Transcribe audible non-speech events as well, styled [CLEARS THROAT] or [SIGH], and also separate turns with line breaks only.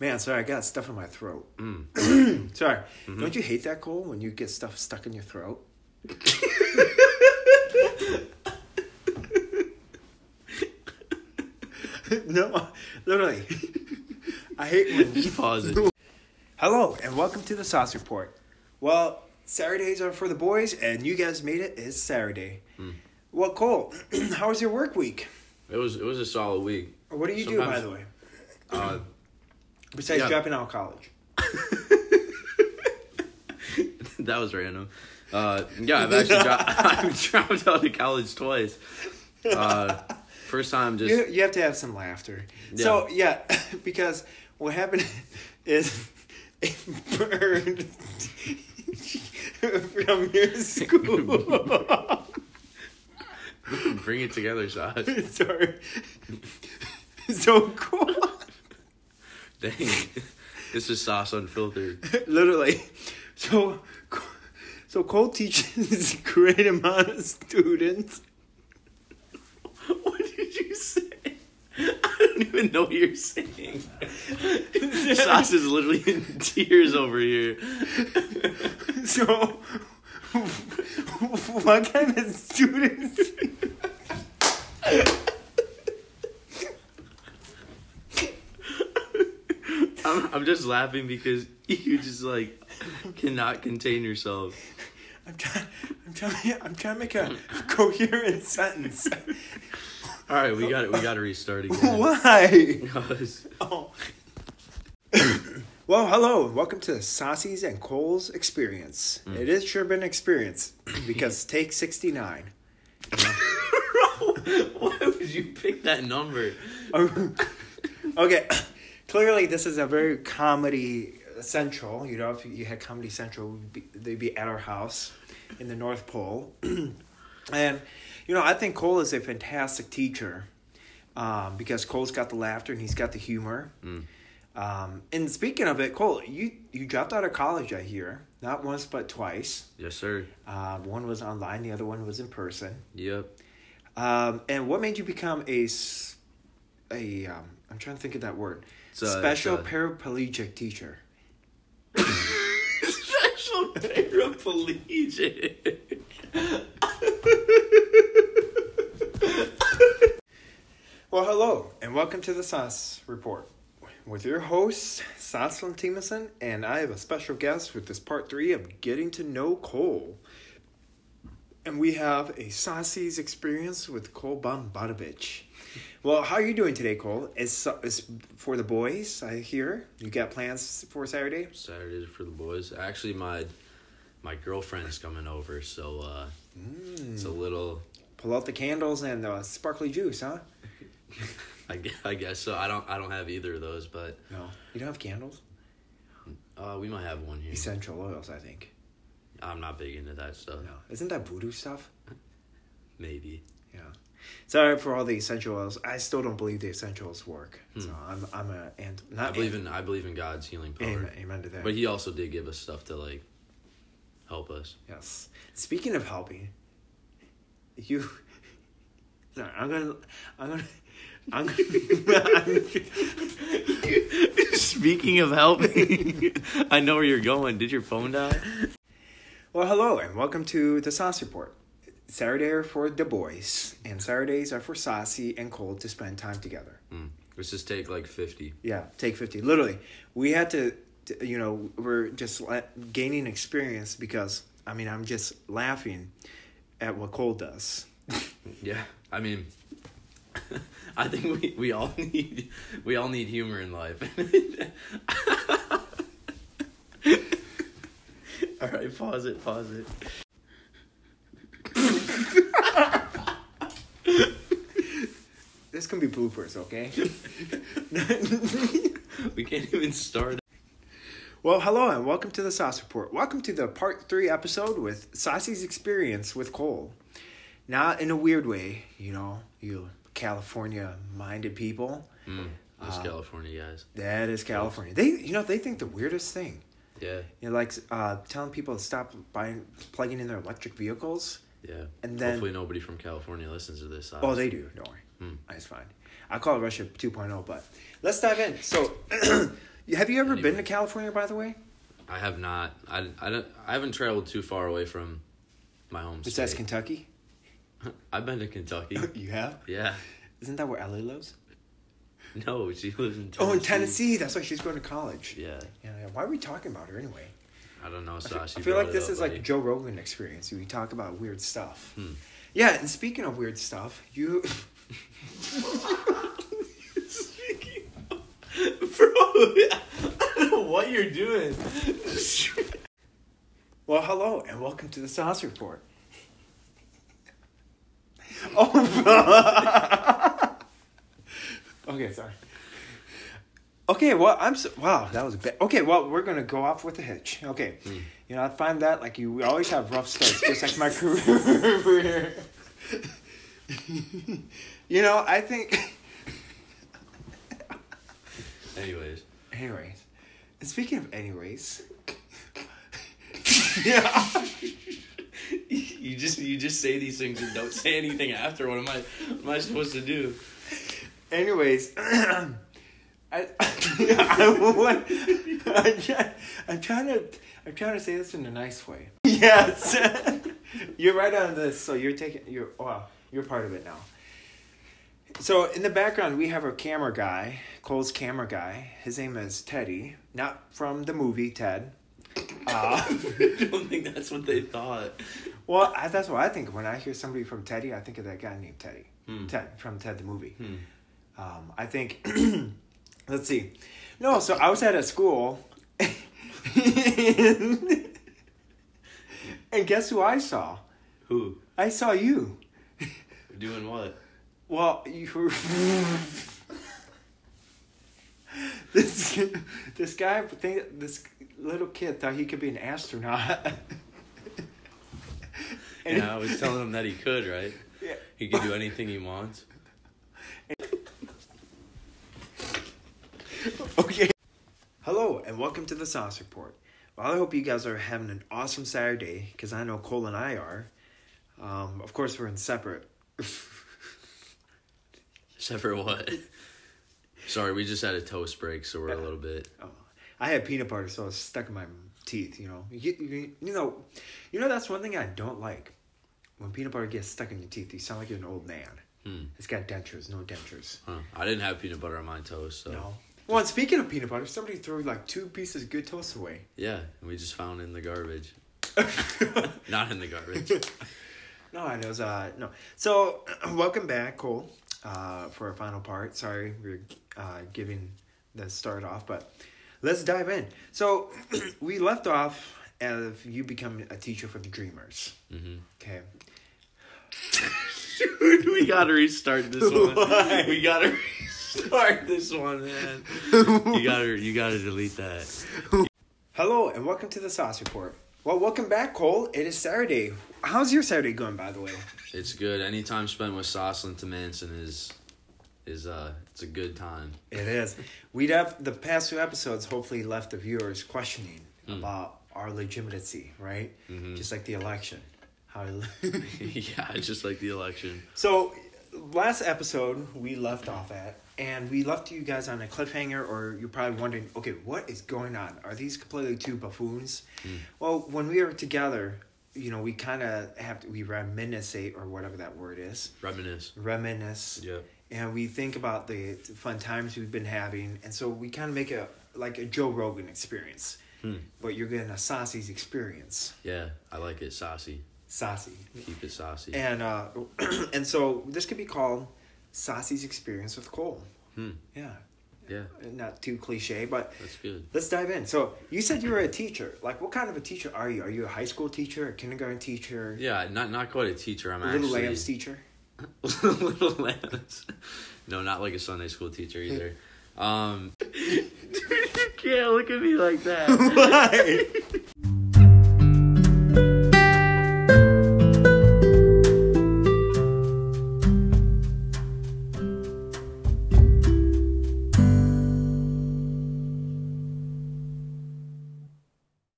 Man, sorry, I got stuff in my throat. [CLEARS THROAT]
Mm.
sorry.
Mm-hmm.
Don't you hate that, Cole, when you get stuff stuck in your
[LAUGHS]
throat? no, literally. I hate when
[LAUGHS] Just pause it.
Hello and welcome to the Sauce Report. Well, Saturdays are for the boys, and you guys made it. It's Saturday.
Hmm.
Well, Cole, [CLEARS THROAT] how was your work week?
It was it was a solid week.
What do you do, by
Sometimes-
the way,
Uh, [LAUGHS]
besides
yeah.
dropping out of college?
that was random. Uh, yeah, I've actually dro- [LAUGHS] I've dropped out of college twice. Uh, first time, just
You, you have to have some laughter. So yeah, [LAUGHS] because what happened [LAUGHS] is [LAUGHS] it burned [LAUGHS] from your school. [LAUGHS]
[LAUGHS] bring it together, Josh.
Sorry. [LAUGHS] So cool.
Dang, [LAUGHS] this is sauce unfiltered.
[LAUGHS] Literally. So so Cole teaches [LAUGHS] this great amount of students.
[LAUGHS]
[LAUGHS]
What did you say? [LAUGHS] I don't even know what you're [LAUGHS] saying. Sauce is literally in tears over here.
So [LAUGHS] what kind of students?
I'm, I'm just laughing because you just like cannot contain yourself.
I'm trying. I'm trying. I'm trying to make a [LAUGHS] coherent sentence.
All right, we got it. We got to restart [LAUGHS] again.
Why?
Because [LAUGHS]
Oh. well, hello and welcome to Saucy's and Cole's experience. It has sure been an experience because take sixty nine.
why would you pick that number?
okay, [COUGHS] clearly this is a very comedy central. You know, if you had Comedy Central, we'd be- they'd be at our house in the North Pole. [CLEARS THROAT] and you know, I think Cole is a fantastic teacher um, because Cole's got the laughter and he's got the humor. Um, and speaking of it, Cole, you you dropped out of college, I hear, not once but twice.
Yes, sir.
Uh, one was online, the other one was in person.
Yep.
Um, and what made you become a s- a um, I'm trying to think of that word.
a- it's
Special
a-
paraplegic teacher.
Special paraplegic.
Well, hello and welcome to the Sauce Report with your hosts Saslin Timison, and I have a special guest with this part three of Getting to Know Cole. And we have a Saucy's experience with Cole Bombadovich. Well, how are you doing today, Cole? It's, it's for the boys, I hear. You got plans for Saturday?
Saturdays for the boys. Actually, my my girlfriend's coming over, so uh, it's a little. [LAUGHS]
Pull out the candles and the sparkly juice, huh?
I guess, I guess so. I don't. I don't have either of those, but
No. You don't have candles?
uh, we might have one here.
Essential oils, I think.
I'm not big into that stuff.
No. Isn't that voodoo stuff?
Maybe.
Yeah. Sorry for all the essential oils. I still don't believe the essentials work. So I'm I'm a and not
Hmm. I believe in. I believe in God's healing power.
amen, amen to that.
But He also did give us stuff to like help us.
yes. Speaking of helping, you [LAUGHS] Sorry, I'm gonna I'm gonna I'm [LAUGHS] gonna
[LAUGHS] [LAUGHS] Speaking of helping, [LAUGHS] I know where you're going. Did your phone die?
Well, hello and welcome to the Sauce Report. Saturday are for the boys, and Saturdays are for Saucy and Cole to spend time together.
Hmm. Let's just take like fifty.
Yeah, take 50. Literally, we had to, t- you know, we're just la- gaining experience because, I mean, I'm just laughing at what Cole does. [LAUGHS]
Yeah, I mean, [LAUGHS] I think we, we all [LAUGHS] need we all need humor in life. [LAUGHS] all right, pause it, pause it. [LAUGHS]
This can be bloopers, okay?
We can't even start.
well, hello and welcome to the Sauce Report. Welcome to the part three episode with Saucy's experience with Cole. Not in a weird way, you know, you California minded people.
Mm, those
Uh,
California guys.
That is California. They, you know, they think the weirdest thing.
Yeah,
You know, like uh, telling people to stop buying, plugging in their electric vehicles.
yeah.
And then-
hopefully nobody from California listens to this.
Oh, they
Hmm.
oh, do. Don't worry. It's fine. I call it Russia 2.0, but let's dive in. So, [CLEARS THROAT] Have you ever been to
Anyway.
California, by the way?
I have not. I, I, don't, I haven't traveled too far away from my home
It
state.
says Kentucky.
[LAUGHS]
[CLEARS THROAT]
I've been to [LAUGHS] Kentucky.
You have?
yeah.
Isn't that where Ellie lives?
No, she lives in Tennessee.
Oh, in Tennessee. That's why she's going to college.
Yeah.
Yeah, yeah. Why are we talking about her anyway?
I don't know,
I
Sasha.
feel like this is like Joe Rogan experience. We talk about weird stuff. Yeah, and speaking of weird stuff, you [LAUGHS]
Bro, I don't know what you're doing.
well, hello and welcome to the Sauce Report. Oh, [LAUGHS] okay, sorry. Okay, well, I'm so, wow, that was bad. Okay, well, we're gonna go off with a hitch. Okay, you know, I find that like you we always have rough starts, just like my career. [LAUGHS] you know, I think. [LAUGHS]
Anyways,
Anyways, and speaking of anyways, [LAUGHS] yeah,
[LAUGHS] you just you just say these things and don't say anything after. What am I what am I supposed to do?
[LAUGHS] anyways, [CLEARS THROAT] I, [LAUGHS] I want, I'm, try, I'm trying to I'm trying to say this in a nice way. [LAUGHS] Yes, you're right on this. So you're taking you're wow you're part of it now. So in the background we have our camera guy, Cole's camera guy. His name is Teddy, not from the movie Ted.
Ah.
Uh,
[LAUGHS] I don't think that's what they thought.
Well, I, that's what I think when I hear somebody from Teddy. I think of that guy named Teddy, Ted from Ted the movie.
Hmm.
Um, I think. [CLEARS THROAT] let's see. No, so I was at a school, [LAUGHS] and, guess who I saw?
Who
I saw you. [LAUGHS]
doing what?
Well, you. were- [LAUGHS] this [LAUGHS] this guy think this little kid thought he could be an astronaut. [LAUGHS] And-
Yeah, I was telling him that he could, [LAUGHS] right?
Yeah.
He could do anything he wants.
Okay. Hello, and welcome to the Sauce Report. Well, I hope you guys are having an awesome Saturday, because I know Cole and I are. Um, of course, we're in separate. [LAUGHS] Oh,
Except for what? Sorry, we just had a toast break, so we're a little bit.
Oh, I had peanut butter, so it's stuck in my teeth, you know. You, you, you know, you know that's one thing I don't like. When peanut butter gets stuck in your teeth, you sound like you're an old man.
Hmm.
It's got dentures, no dentures.
Huh. I didn't have peanut butter on my toast, so
No. Well, and speaking of peanut butter, somebody threw like two pieces of good toast away.
yeah, we just found it in the [LAUGHS] garbage. Not in the garbage. [LAUGHS]
No, I know. it's, Uh, no. So, [CLEARS THROAT] welcome back, Cole, uh, for our final part. Sorry, we're uh, giving the start off, but let's dive in. So, [CLEARS THROAT] we left off as you become a teacher for the Dreamers.
Mm-hmm.
Okay.
we gotta restart this [LAUGHS] one.
Why?
We gotta restart this one, man. You gotta, you gotta delete that.
Hello, and welcome to the Sauce Report. Well, welcome back, Cole. It is Saturday. How's your Saturday going, by the way?
It's good. Any time spent with Saucelin to Manson is, is uh, it's a good time. [LAUGHS]
It [LAUGHS] is. We have the past two episodes hopefully left the viewers questioning about our legitimacy, right? Just like the election. How [LAUGHS]
yeah, just like the election.
So last episode we left off at and we left you guys on a cliffhanger or you're probably wondering, okay, what is going on? Are these completely two buffoons? Well, when we are together, you know, we kind of have to, we reminisce or whatever that word is.
Reminisce.
Reminisce
Yeah.
and we think about the fun times we've been having, and so we kind of make a like a Joe Rogan experience, but you're getting a Saucy's experience,
Yeah, I like it saucy.
Saucy,
Keep it saucy.
and uh, [CLEARS THROAT] and so this could be called Saucy's experience with Cole.
Hmm.
Yeah,
Yeah,
not too cliche, but
that's good.
let's dive in. So you said you were a teacher. Like, what kind of a teacher are you? Are you a high school teacher, a kindergarten teacher,
Yeah, not not quite a teacher. I'm
little
actually
lambs teacher?
[LAUGHS]
[LAUGHS]
little lambs. No, not like a Sunday school teacher [LAUGHS] either. Um, Dude, you can't look at me like that.
Why?